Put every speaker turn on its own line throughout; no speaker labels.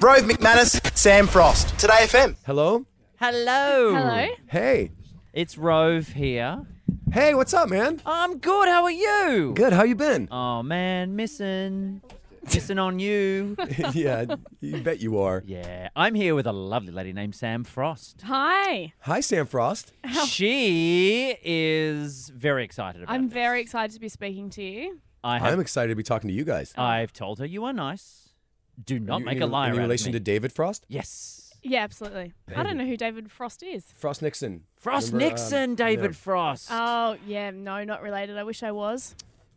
Rove McManus, Sam Frost. Today FM.
Hello?
Hello.
Hello.
Hey.
It's Rove here.
Hey, what's up, man?
I'm good. How are you?
Good. How you been?
Oh man, missing, missing on you.
yeah, you bet you are.
Yeah, I'm here with a lovely lady named Sam Frost.
Hi.
Hi, Sam Frost.
She is very excited about.
I'm
this.
very excited to be speaking to you.
I have,
I'm excited to be talking to you guys.
I've told her you are nice. Do not
You-
make
in,
a liar
In
out
relation
of
to
me.
David Frost?
yes.
Yeah, absolutely. I don't know who David Frost is.
Frost Nixon.
Frost
Remember, um,
Nixon, David
yeah.
Frost.
Oh, yeah, no, not related. I wish I was.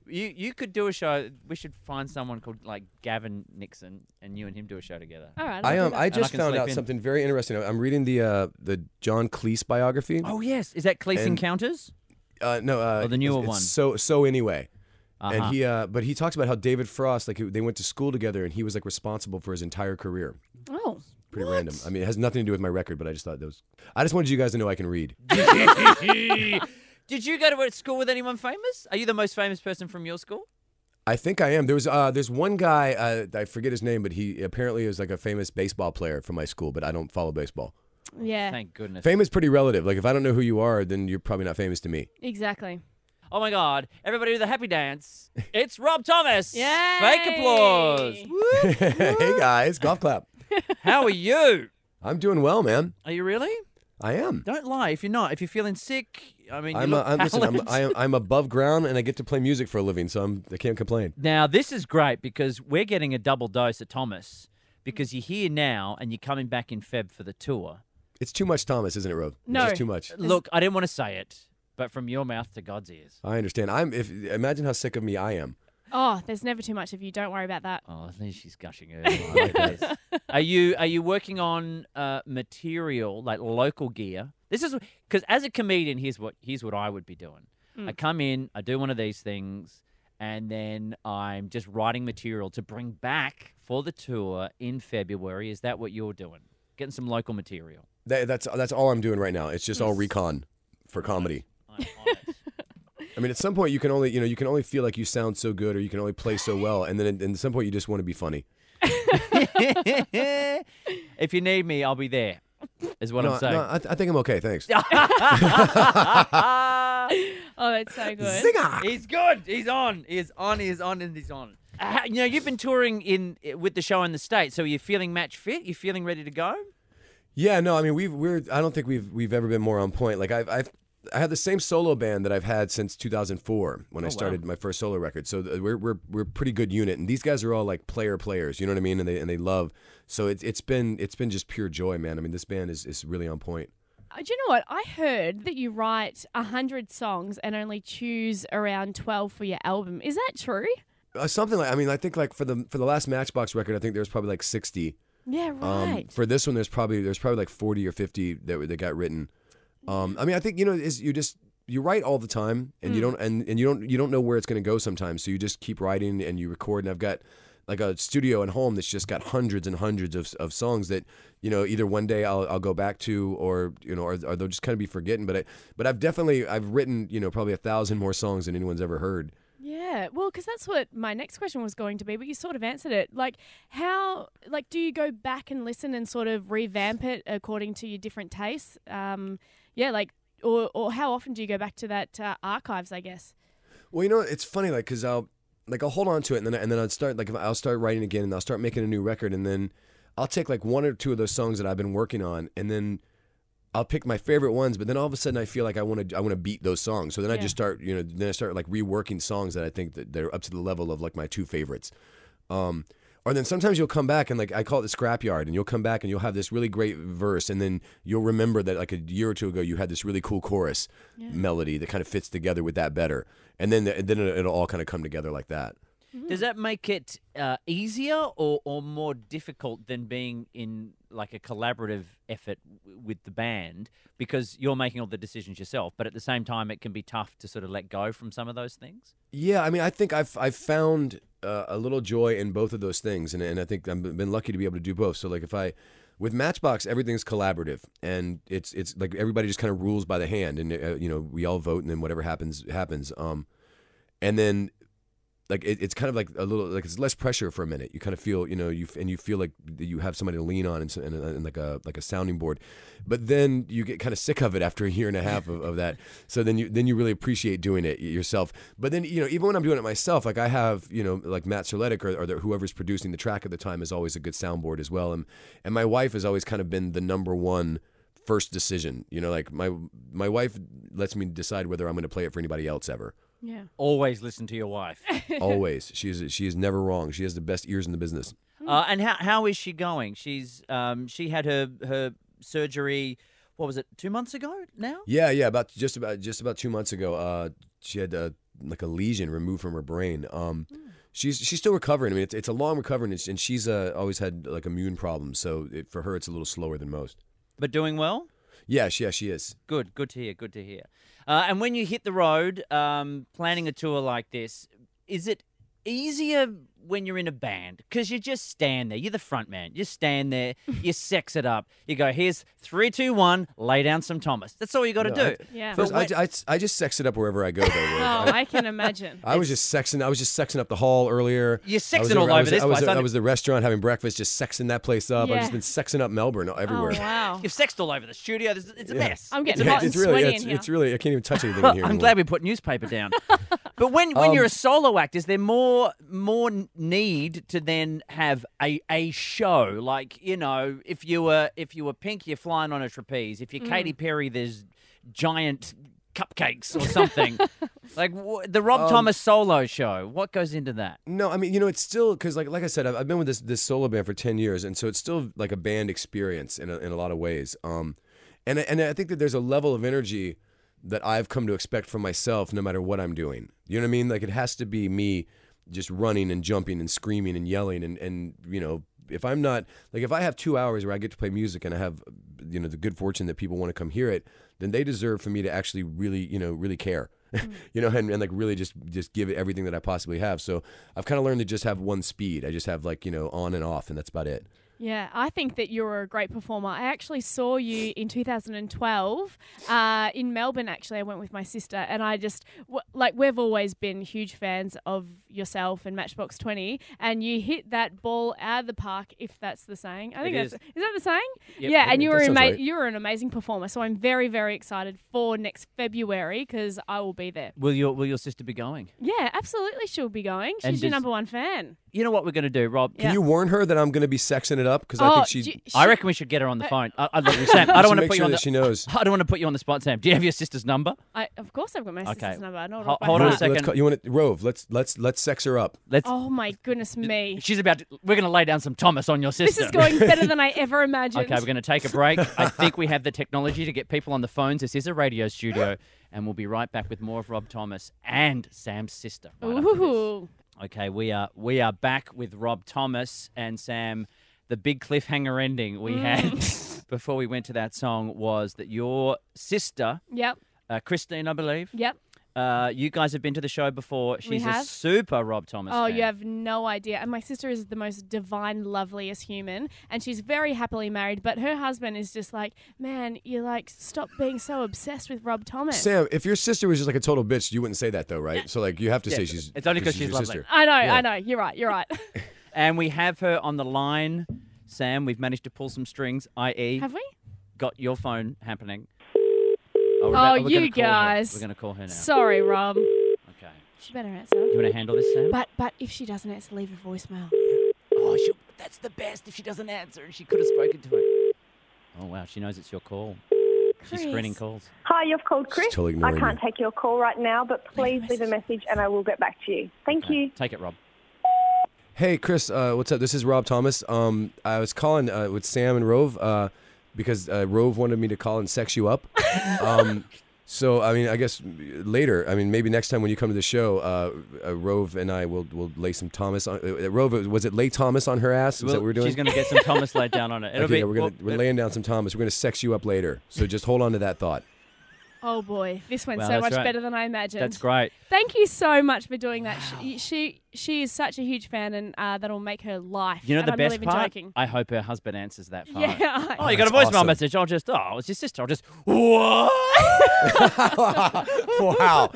you you could do a show. We should find someone called like Gavin Nixon, and you and him do a show together.
All right. I'll
I
do
um,
that.
I
And I
just
can
found
sleep
out
in.
something very interesting. I'm reading the uh, the John Cleese biography.
Oh yes, is that Cleese
And-
Encounters?
uh, no, uh,
Oh, the newer
it's- it's So
one.
so anyway, and
Uh-huh.
he uh, but he talks about how David Frost like they went to school together and he was like responsible for his entire career.
Oh,
Pretty random. I mean, it has nothing to do with my record, but I just thought those. I just wanted you guys to know I can read.
Did you go to school with anyone famous? Are you the most famous person from your school?
I think I am. There was uh, there's one guy uh, I forget his name, but he apparently is like a famous baseball player from my school, but I don't follow baseball.
yeah,
Thank goodness.
Fame is pretty relative. Like if I don't know who you are, then you're probably not famous to me.
exactly.
Oh my God! Everybody do the happy dance. It's Rob Thomas.
Yay!
Fake applause. Woo.
hey guys, golf clap.
How are you?
I'm doing well, man.
Are you really?
I am.
Don't lie if you're not. If you're feeling sick, I mean, you
I'm, a,
look
I'm listen. I'm,
pallid.
I am, I'm above ground, and I get to play music for a living, so I'm, I can't complain.
Now this is great because we're getting a double dose of Thomas because you're here now and you're coming back in Feb for the tour.
It's too much, Thomas, isn't it, Rob?
No.
it's just too much.
Look, I didn't want to say it, but from your mouth to God's ears.
I understand. I'm. If imagine how sick of me I am.
Oh, there's never too much of you. Don't worry about that.
Oh, at least she's gushing early. are you are you working on uh, material like local gear? This is because as a comedian, here's what here's what I would be doing. I come in, I do one of these things, and then I'm just writing material to bring back for the tour in February. Is that what you're doing? Getting some local material.
That, that's that's all I'm doing right now. It's just all recon for comedy.
I'm on it.
I mean, at some point you can only you know you can only feel like you sound so good or you can only play so well, and then at, at some point you just want to be funny.
if you need me, I'll be there. Is what
no,
I'm
I-
saying.
no, I, th- I think I'm okay. Thanks.
Oh, that's so good.
Zinger!
He's good. He's on. He's on. He's on. And he's on. Uh, you know, you've been touring in uh, with the show in the states, so you're feeling match fit. You're feeling ready to go.
Yeah, no, I mean we've we're I don't think we've we've ever been more on point. Like I've I've I had the same solo band that I've had since 2004 when
Oh,
I started my first solo record. So th- we're we're we're a pretty good unit, and these guys are all like player players. You know what I mean? And they and they love. So it's it's been it's been just pure joy, man. I mean this band is is really on point.
Uh, Do you know what? I heard that you write 100 songs and only choose around 12 for your album. Is that true?
Uh, something like I mean I think like for the for the last Matchbox record I think there was probably like 60.
Yeah,
Um,
right.
For this one, there's probably there's probably like 40 or 50 that were- that got written. Um, I mean, I think you know is you just you write all the time, and you don't and, and you don't you don't know where it's going to go sometimes. So you just keep writing and you record. And I've got like a studio at home that's just got hundreds and hundreds of, of songs that you know either one day I'll, I'll go back to or you know or, or they'll just kind of be forgotten. But I but I've definitely I've written you know probably a thousand more songs than anyone's ever heard.
Yeah, well, because that's what my next question was going to be, but you sort of answered it. Like, how, like, do you go back and listen and sort of revamp it according to your different tastes? Um, yeah, like, or, or how often do you go back to that uh, archives? I guess.
Well, you know, it's funny, like, cause I'll like I'll hold on to it, and then and then I'll start like if I'll start writing again, and I'll start making a new record, and then I'll take like one or two of those songs that I've been working on, and then I'll pick my favorite ones, but then all of a sudden I feel like I want to I want to beat those songs, so then I
Yeah.
just start you know then I start like reworking songs that I think that they're up to the level of like my two favorites. Um, or then sometimes you'll come back and like I call it the scrapyard, and you'll come back and you'll have this really great verse, and then you'll remember that like a year or two ago you had this really cool chorus melody that kind of fits together with that better, and then the, then it'll all kind of come together like that.
Does that make it uh, easier or, or more difficult than being in like a collaborative effort w- with the band because you're making all the decisions yourself, but at the same time it can be tough to sort of let go from some of those things?
Yeah, I mean, I think I've I've found uh, a little joy in both of those things, and and I think I've been lucky to be able to do both. So like if I with Matchbox, everything's collaborative, and it's it's like everybody just kind of rules by the hand, and uh, you know we all vote, and then whatever happens happens. Um, and then like it, it's kind of like a little like it's less pressure for a minute. You kind of feel you know you and you feel like you have somebody to lean on and, so- and, and like a like a sounding board, but then you get kind of sick of it after a year and a half of, of that. So then you then you really appreciate doing it yourself. But then you know even when I'm doing it myself, like I have you know like Matt Serletic or, or the, whoever's producing the track at the time is always a good soundboard as well. And and my wife has always kind of been the number one first decision. You know like my my wife lets me decide whether I'm going to play it for anybody else ever.
Yeah.
Always listen to your wife.
Always. She is she is never wrong. She has the best ears in the business.
Uh, and how how is she going? She's um she had her her surgery. What was it? Two months ago now.
Yeah, yeah, about just about just about 2 months ago, uh she had uh like a lesion removed from her brain. Um she's she's still recovering. I mean, it's, it's a long recovery and, it's, and she's uh, always had like immune problems, so it, for her it's a little slower than most.
But doing well.
Yeah, she, yeah, she is.
Good. Good to hear. Good to hear. Uh, and when you hit the road, um, planning a tour like this, is it easier when you're in a band because you just stand there? You're the front man. You stand there. you sex it up. You go. Here's three, two, one. Lay down some Thomas. That's all you got to
No, I-
do.
Yeah.
First, I,
when-
I, I just sex it up wherever I go though. Rose.
Oh,
I,
I can imagine.
I was just sexing. I was just sexing up the hall earlier.
You're
I was
sexing all
I
over
was,
this
I was,
place,
I
aren't
was at the restaurant having breakfast, just sexing that place up. I've just
Yeah.
been sexing up Melbourne everywhere.
Oh wow.
You've sexed all over the studio. This- It's a
Yeah.
mess.
I'm
It's
getting
a mess.
hot and
it's really,
sweaty
it's,
in here.
it's really, I can't even touch anything in here.
I'm
anymore.
glad we put newspaper down. but when, when
Um,
you're a solo act, is there more more need to then have a, a show? Like you know, if you were if you were Pink, you're flying on a trapeze. If you're
Mm.
Katy Perry, there's giant cupcakes or something. like w- the Rob
Um,
Thomas solo show. What goes into that?
No, I mean, you know, it's still because, like, like I said, I've, I've been with this this solo band for ten years, and so it's still like a band experience in a, in a lot of ways. Um, and I- and I think that there's a level of energy that I've come to expect from myself, no matter what I'm doing. You know what I mean? Like, it has to be me just running and jumping and screaming and yelling and and you know. If I'm not like if I have two hours where I get to play music and I have you know the good fortune that people want to come hear it, then they deserve for me to actually really you know really care
Mm.
you know, and, and like really just just give it everything that I possibly have. So I've kind of learned to just have one speed. I just have like you know on and off, and that's about it.
Yeah, I think that you're a great performer. I actually saw you in 2012 uh, in Melbourne. Actually, I went with my sister, and I just w- like we've always been huge fans of yourself and Matchbox 20, and you hit that ball out of the park. If that's the saying, I think
It
that's
is.
is that the saying? Yeah, and
That
you were
sounds
ama-
right.
you were an amazing performer. So I'm very very excited for next February because I will be there.
Will your will your sister be going?
Yeah, absolutely, she'll be going. She's
And
your
does-
number one fan.
You know what we're gonna do, Rob?
Can you warn her that I'm going to be sexing it up because I
oh,
think she.
do you-
I
she-
reckon we should get her on the phone. I, I love you, Sam. I don't want
Uh,
to
make
put
sure
you on
that
the.
she knows.
I don't want to put you on the spot, Sam. Do you have your sister's number?
I, of course, I've got my sister's
Okay.
number. I know it
Ho-
off by
hold on a
heart.
Let's- let's
second.
call- you want to Rove? Let's let's let's sex her up.
Let's.
Oh my goodness me.
She's about. To, we're going to lay down some Thomas on your
This
sister.
is going better than I ever imagined.
Okay, we're going to take a break. I think we have the technology to get people on the phones. This is a radio studio, and we'll be right back with more of Rob Thomas and Sam's sister. right after this.
Ooh.
Okay, we are we are back with Rob Thomas and Sam. The big cliffhanger ending
Mm.
we had before we went to that song was that your sister,
Yep.
uh, Christine, I believe.
Yep.
Uh, you guys have been to the show before. She's a
have.
super Rob Thomas.
Oh, you
fan.
have no idea. And my sister is the most divine, loveliest human, and she's very happily married. But her husband is just like, man, you like stop being so obsessed with Rob Thomas.
Sam, if your sister was just like a total bitch, you wouldn't say that though, right? So like you have to say she's.
It's only 'cause she's
your
lovely.
sister.
I know,
Yeah.
I know. You're right. You're right.
And we have her on the line. Sam, we've managed to pull some strings, i.e.,
Have we?
got your phone happening. we're
Oh,
about- we're gonna
you
call her.
guys.
We're going to call her now.
Sorry, Rob.
okay.
She better answer.
You want to handle this, Sam?
But but if she doesn't answer, leave a voicemail.
oh, she, that's the best if she doesn't answer and she could have spoken to it. Oh, wow. She knows it's your call. She's screening
Chris.
calls.
Hi, you've called Chris.
totally
I
ignoring
can't
you.
take your call right now, but please leave a message and I will get back to you. Thank
Okay,
you.
Take it, Rob.
Hey Chris, uh, what's up? This is Rob Thomas. Um, I was calling uh, with Sam and Rove uh, because uh, Rove wanted me to call and sex you up. um, so I mean, I guess later. I mean, maybe next time when you come to the show, uh, uh, Rove and I will will lay some Thomas on. Uh, Rove was it lay Thomas on her ass? Is that what we're doing?
She's going to get some Thomas laid down on it. It'll
okay,
be,
yeah, we're gonna
well,
we're laying down some Thomas. We're gonna sex you up later. So just hold on to that thought.
Oh boy, this went
Well,
so
that's
much
right.
better than I imagined.
That's great.
Thank you so much for doing that. She, she she is such a huge fan, and uh, that'll make her life.
You know
and
the
I'm
best
not even
part.
Joking.
I hope her husband answers that phone.
Yeah.
Oh, you
That's
got a voicemail
awesome.
message. I'll just, oh, it's your sister. I'll just, what?
wow.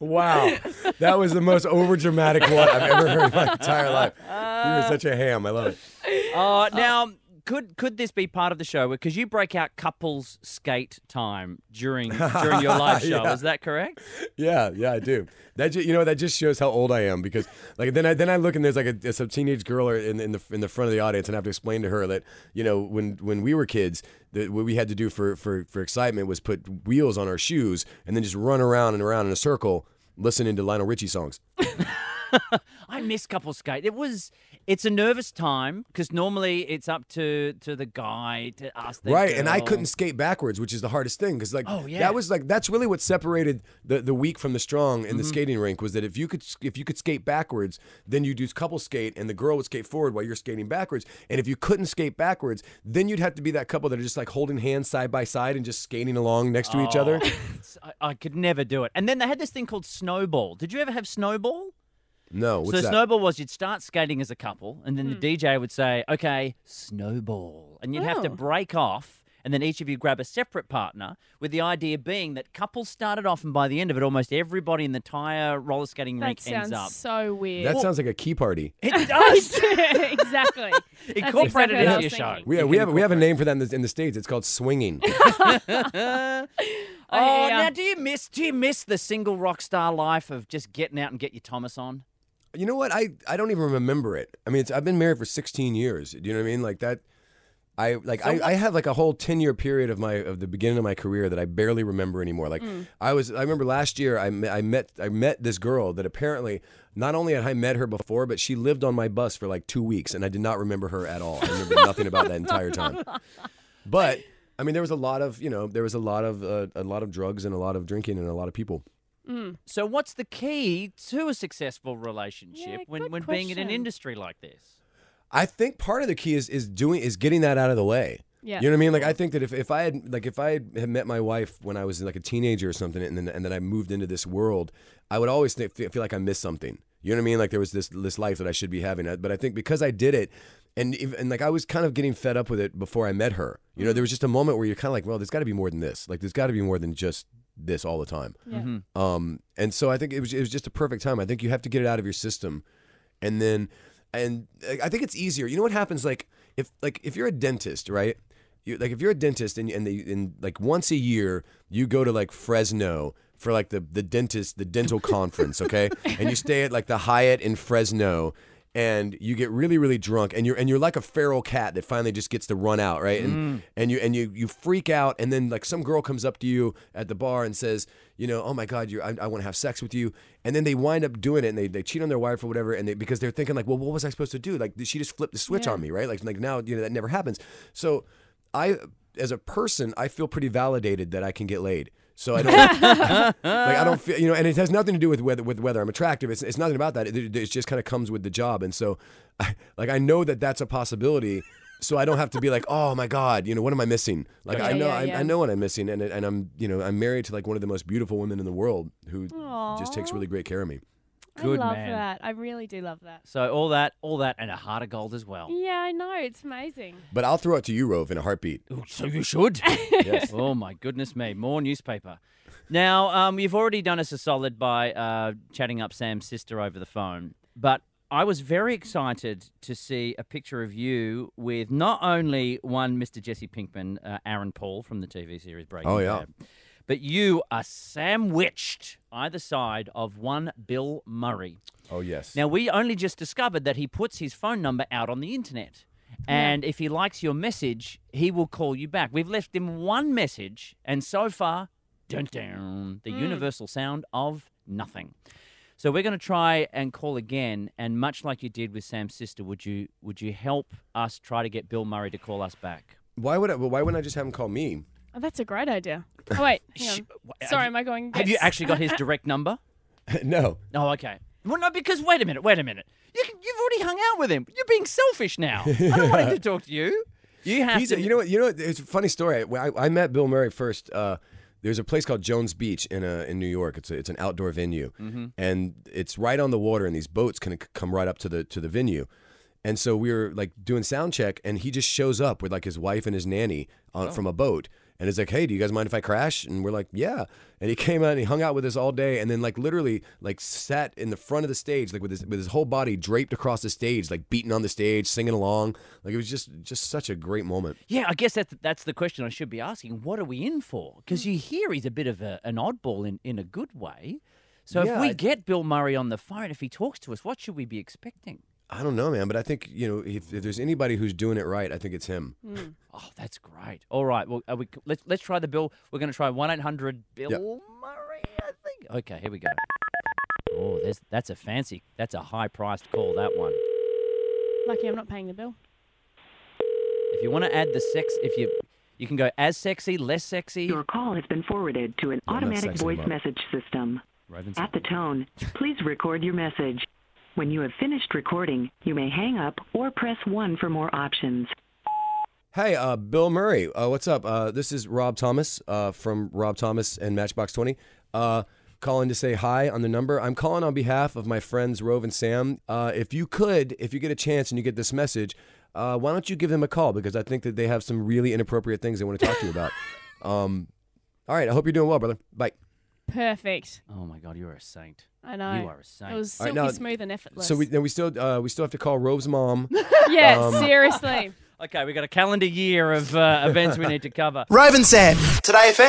Wow. That was the most overdramatic one I've ever heard in my entire life. You were such a ham. I love it.
Uh, now, could could this be part of the show? Because you break out couples skate time during during your live show.
Yeah.
Is that correct?
Yeah, yeah, I do. That ju- you know that just shows how old I am because like then I then I look and there's like a, there's a teenage girl or in in the in the front of the audience and I have to explain to her that you know when when we were kids that what we had to do for for for excitement was put wheels on our shoes and then just run around and around in a circle listening to Lionel Richie songs.
I miss couple skate. It was it's a nervous time because normally it's up to to the guy to ask. The
Right, and I
girl.
couldn't skate backwards, which is the hardest thing because like
Oh, yeah.
that was like that's really what separated the, the weak from the strong in the
Mm-hmm.
skating rink was that if you could s- if you could skate backwards, then you do couple skate and the girl would skate forward while you're skating backwards, and if you couldn't skate backwards, then you'd have to be that couple that are just like holding hands side by side and just skating along next to each
Oh.
other.
It's- I, I could never do it. And then they had this thing called snowball. Did you ever have snowball?
No, what's
so
that?
snowball was you'd start skating as a couple, and
Hmm.
then the DJ would say, "Okay, snowball," and you'd have to
Oh.
break off, and then each of you grab a separate partner, with the idea being that couples started off, and by the end of it, almost everybody in the entire roller skating
That
rink ends
sounds
up.
so weird.
that sounds like a key party.
It does.
exactly. That's
Incorporate it
exactly what I
into
was
your
thinking.
show.
We,
You
we
can
have we have a name for that in the, in the states. It's called swinging.
Oh,
yeah.
now do you miss do you miss the single rock star life of just getting out and get your Thomas on?
You know what? I, I don't even remember it. I mean, it's, I've been married for 16 years. Do you know what I mean? Like that. I like I, I had like a whole 10 year period of my of the beginning of my career that I barely remember anymore. Like I was I remember last year I met, I met I met this girl that apparently not only had I met her before but she lived on my bus for like 2 weeks and I did not remember her at all. I remember nothing about that entire time. But I mean there was a lot of, you know, there was a lot of uh, a lot of drugs and a lot of drinking and a lot of people.
So what's the key to a successful relationship
Yeah,
when,
good
when being in an
question.
industry like this?
I think part of the key is is doing is getting that out of the way.
Yeah.
You know what I mean? Like I think that if, if I had like if I had had met my wife when I was like a teenager or something and then and then I moved into this world, I would always think, feel feel like I missed something. You know what I mean? Like there was this this life that I should be having. I- But I think because I did it and if, and like I was kind of getting fed up with it before I met her. You
Mm-hmm.
know, there was just a moment where you're kind of like, well, there's got to be more than this. Like there's got to be more than just this all the time.
Yeah.
Um, and so I think it was it was just a perfect time. I think you have to get it out of your system, and then and I I think it's easier. You know what happens? Like if like if you're a dentist, right? You like if you're a dentist and and they and like once a year you go to like Fresno for like the the dentist the dental conference, okay? And you stay at like the Hyatt in Fresno. And you get really, really drunk, and you're and you're like a feral cat that finally just gets to run out, right? And and you and you you freak out, and then like some girl comes up to you at the bar and says, you know, oh my god, you I, I want to have sex with you, and then they wind up doing it, and they, they cheat on their wife or whatever, and they because they're thinking like, well, what was I supposed to do? Like she just flipped the switch on me, right? Like like now you know that never happens. So I as a person, I feel pretty validated that I can get laid. So I don't
Uh.
like I don't feel you know, and it has nothing to do with whether with whether I'm attractive. It's, it's nothing about that. It, it- it just kind of comes with the job, and so I, like I know that that's a possibility. So I don't have to be like, oh my God, you know, what am I missing? Like I
Yeah,
know,
yeah,
I,
yeah.
I know what I'm missing, and and I'm you know I'm married to like one of the most beautiful women in the world who just takes
Aw.
really great care of me.
Good
I love
man.
that. I really do love that.
So all that, all that, and a heart of gold as well.
Yeah, I know. It's amazing.
But I'll throw it to you, Rove, in a heartbeat.
Ooh, So you should. Oh my goodness me! More newspaper. Now um, you've already done us a solid by uh, chatting up Sam's sister over the phone, but I was very excited to see a picture of you with not only one Mr. Jesse Pinkman, uh, Aaron Paul from the TV series Breaking
Oh, yeah.
Bad, but you are sandwiched either side of one Bill Murray.
Oh yes.
Now, we only just discovered that he puts his phone number out on the internet. And if he likes your message, he will call you back. We've left him one message, and so far, dun dun, the universal sound of nothing. So we're going to try and call again. And much like you did with Sam's sister, would you would you help us try to get Bill Murray to call us back?
why would I, well, why wouldn't I just have him call me?
Oh, that's a great idea. Oh, wait.
Sh-
Hang on.
wha- have
Sorry,
you-
am I going?
Have you
yes.
actually got his direct number?
no.
Oh, okay. Well, no, because wait a minute, wait a minute. You, can- you've already hung out with him. You're being selfish now. I don't want him to talk to you. You have
He's
to.
a, you know what you know what, it's a funny story. When I, I met Bill Murray first. Uh, There's a place called Jones Beach in uh in New York. It's a, it's an outdoor venue, and it's right on the water, and these boats can c- come right up to the to the venue. And so we were like doing sound check, and he just shows up with like his wife and his nanny on, from a boat, and is like, "Hey, do you guys mind if I crash?" And we're like, "Yeah." And he came out and he hung out with us all day, and then like literally like sat in the front of the stage, like with his with his whole body draped across the stage, like beating on the stage, singing along. Like it was just just such a great moment.
Yeah, I guess that's that's the question I should be asking. What are we in for? Because you hear he's a bit of a, an oddball in, in a good way. So
Yeah,
if we
I-
get Bill Murray on the phone, if he talks to us, what should we be expecting?
I don't know, man, but I think you know if, if there's anybody who's doing it right, I think it's him.
Oh, that's great. All right, well, are we let's let's try the bill. We're going to try one eight hundred Bill
Yeah.
Murray. I think. Okay, here we go. Oh, there's, that's a fancy. That's a high priced call. That one.
Lucky I'm not paying the bill.
If you want to add the sex, if you you can go as sexy, less sexy.
Your call has been forwarded to an
I'm not
automatic
sexing
voice
him up.
message system.
Raven's-
At the tone, please record your message. When you have finished recording, you may hang up or press 1 for more options.
Hey, uh, Bill Murray, uh, what's up? Uh, this is Rob Thomas uh, from Rob Thomas and Matchbox 20. Uh, calling to say hi on the number. I'm calling on behalf of my friends Rove and Sam. Uh, if you could, if you get a chance and you get this message, uh, why don't you give them a call? Because I think that they have some really inappropriate things they want to talk to you about. Um, all right, I hope you're doing well, brother. Bye.
Perfect.
oh my God, you are a saint.
I know.
You are a saint.
It was
All right,
silky
now-
smooth and effortless.
So we then we still uh, we still have to call Rove's mom.
yeah,
Um,
seriously.
Okay, we got a calendar year of uh, events we need to cover.
Raven Sam. Today FM.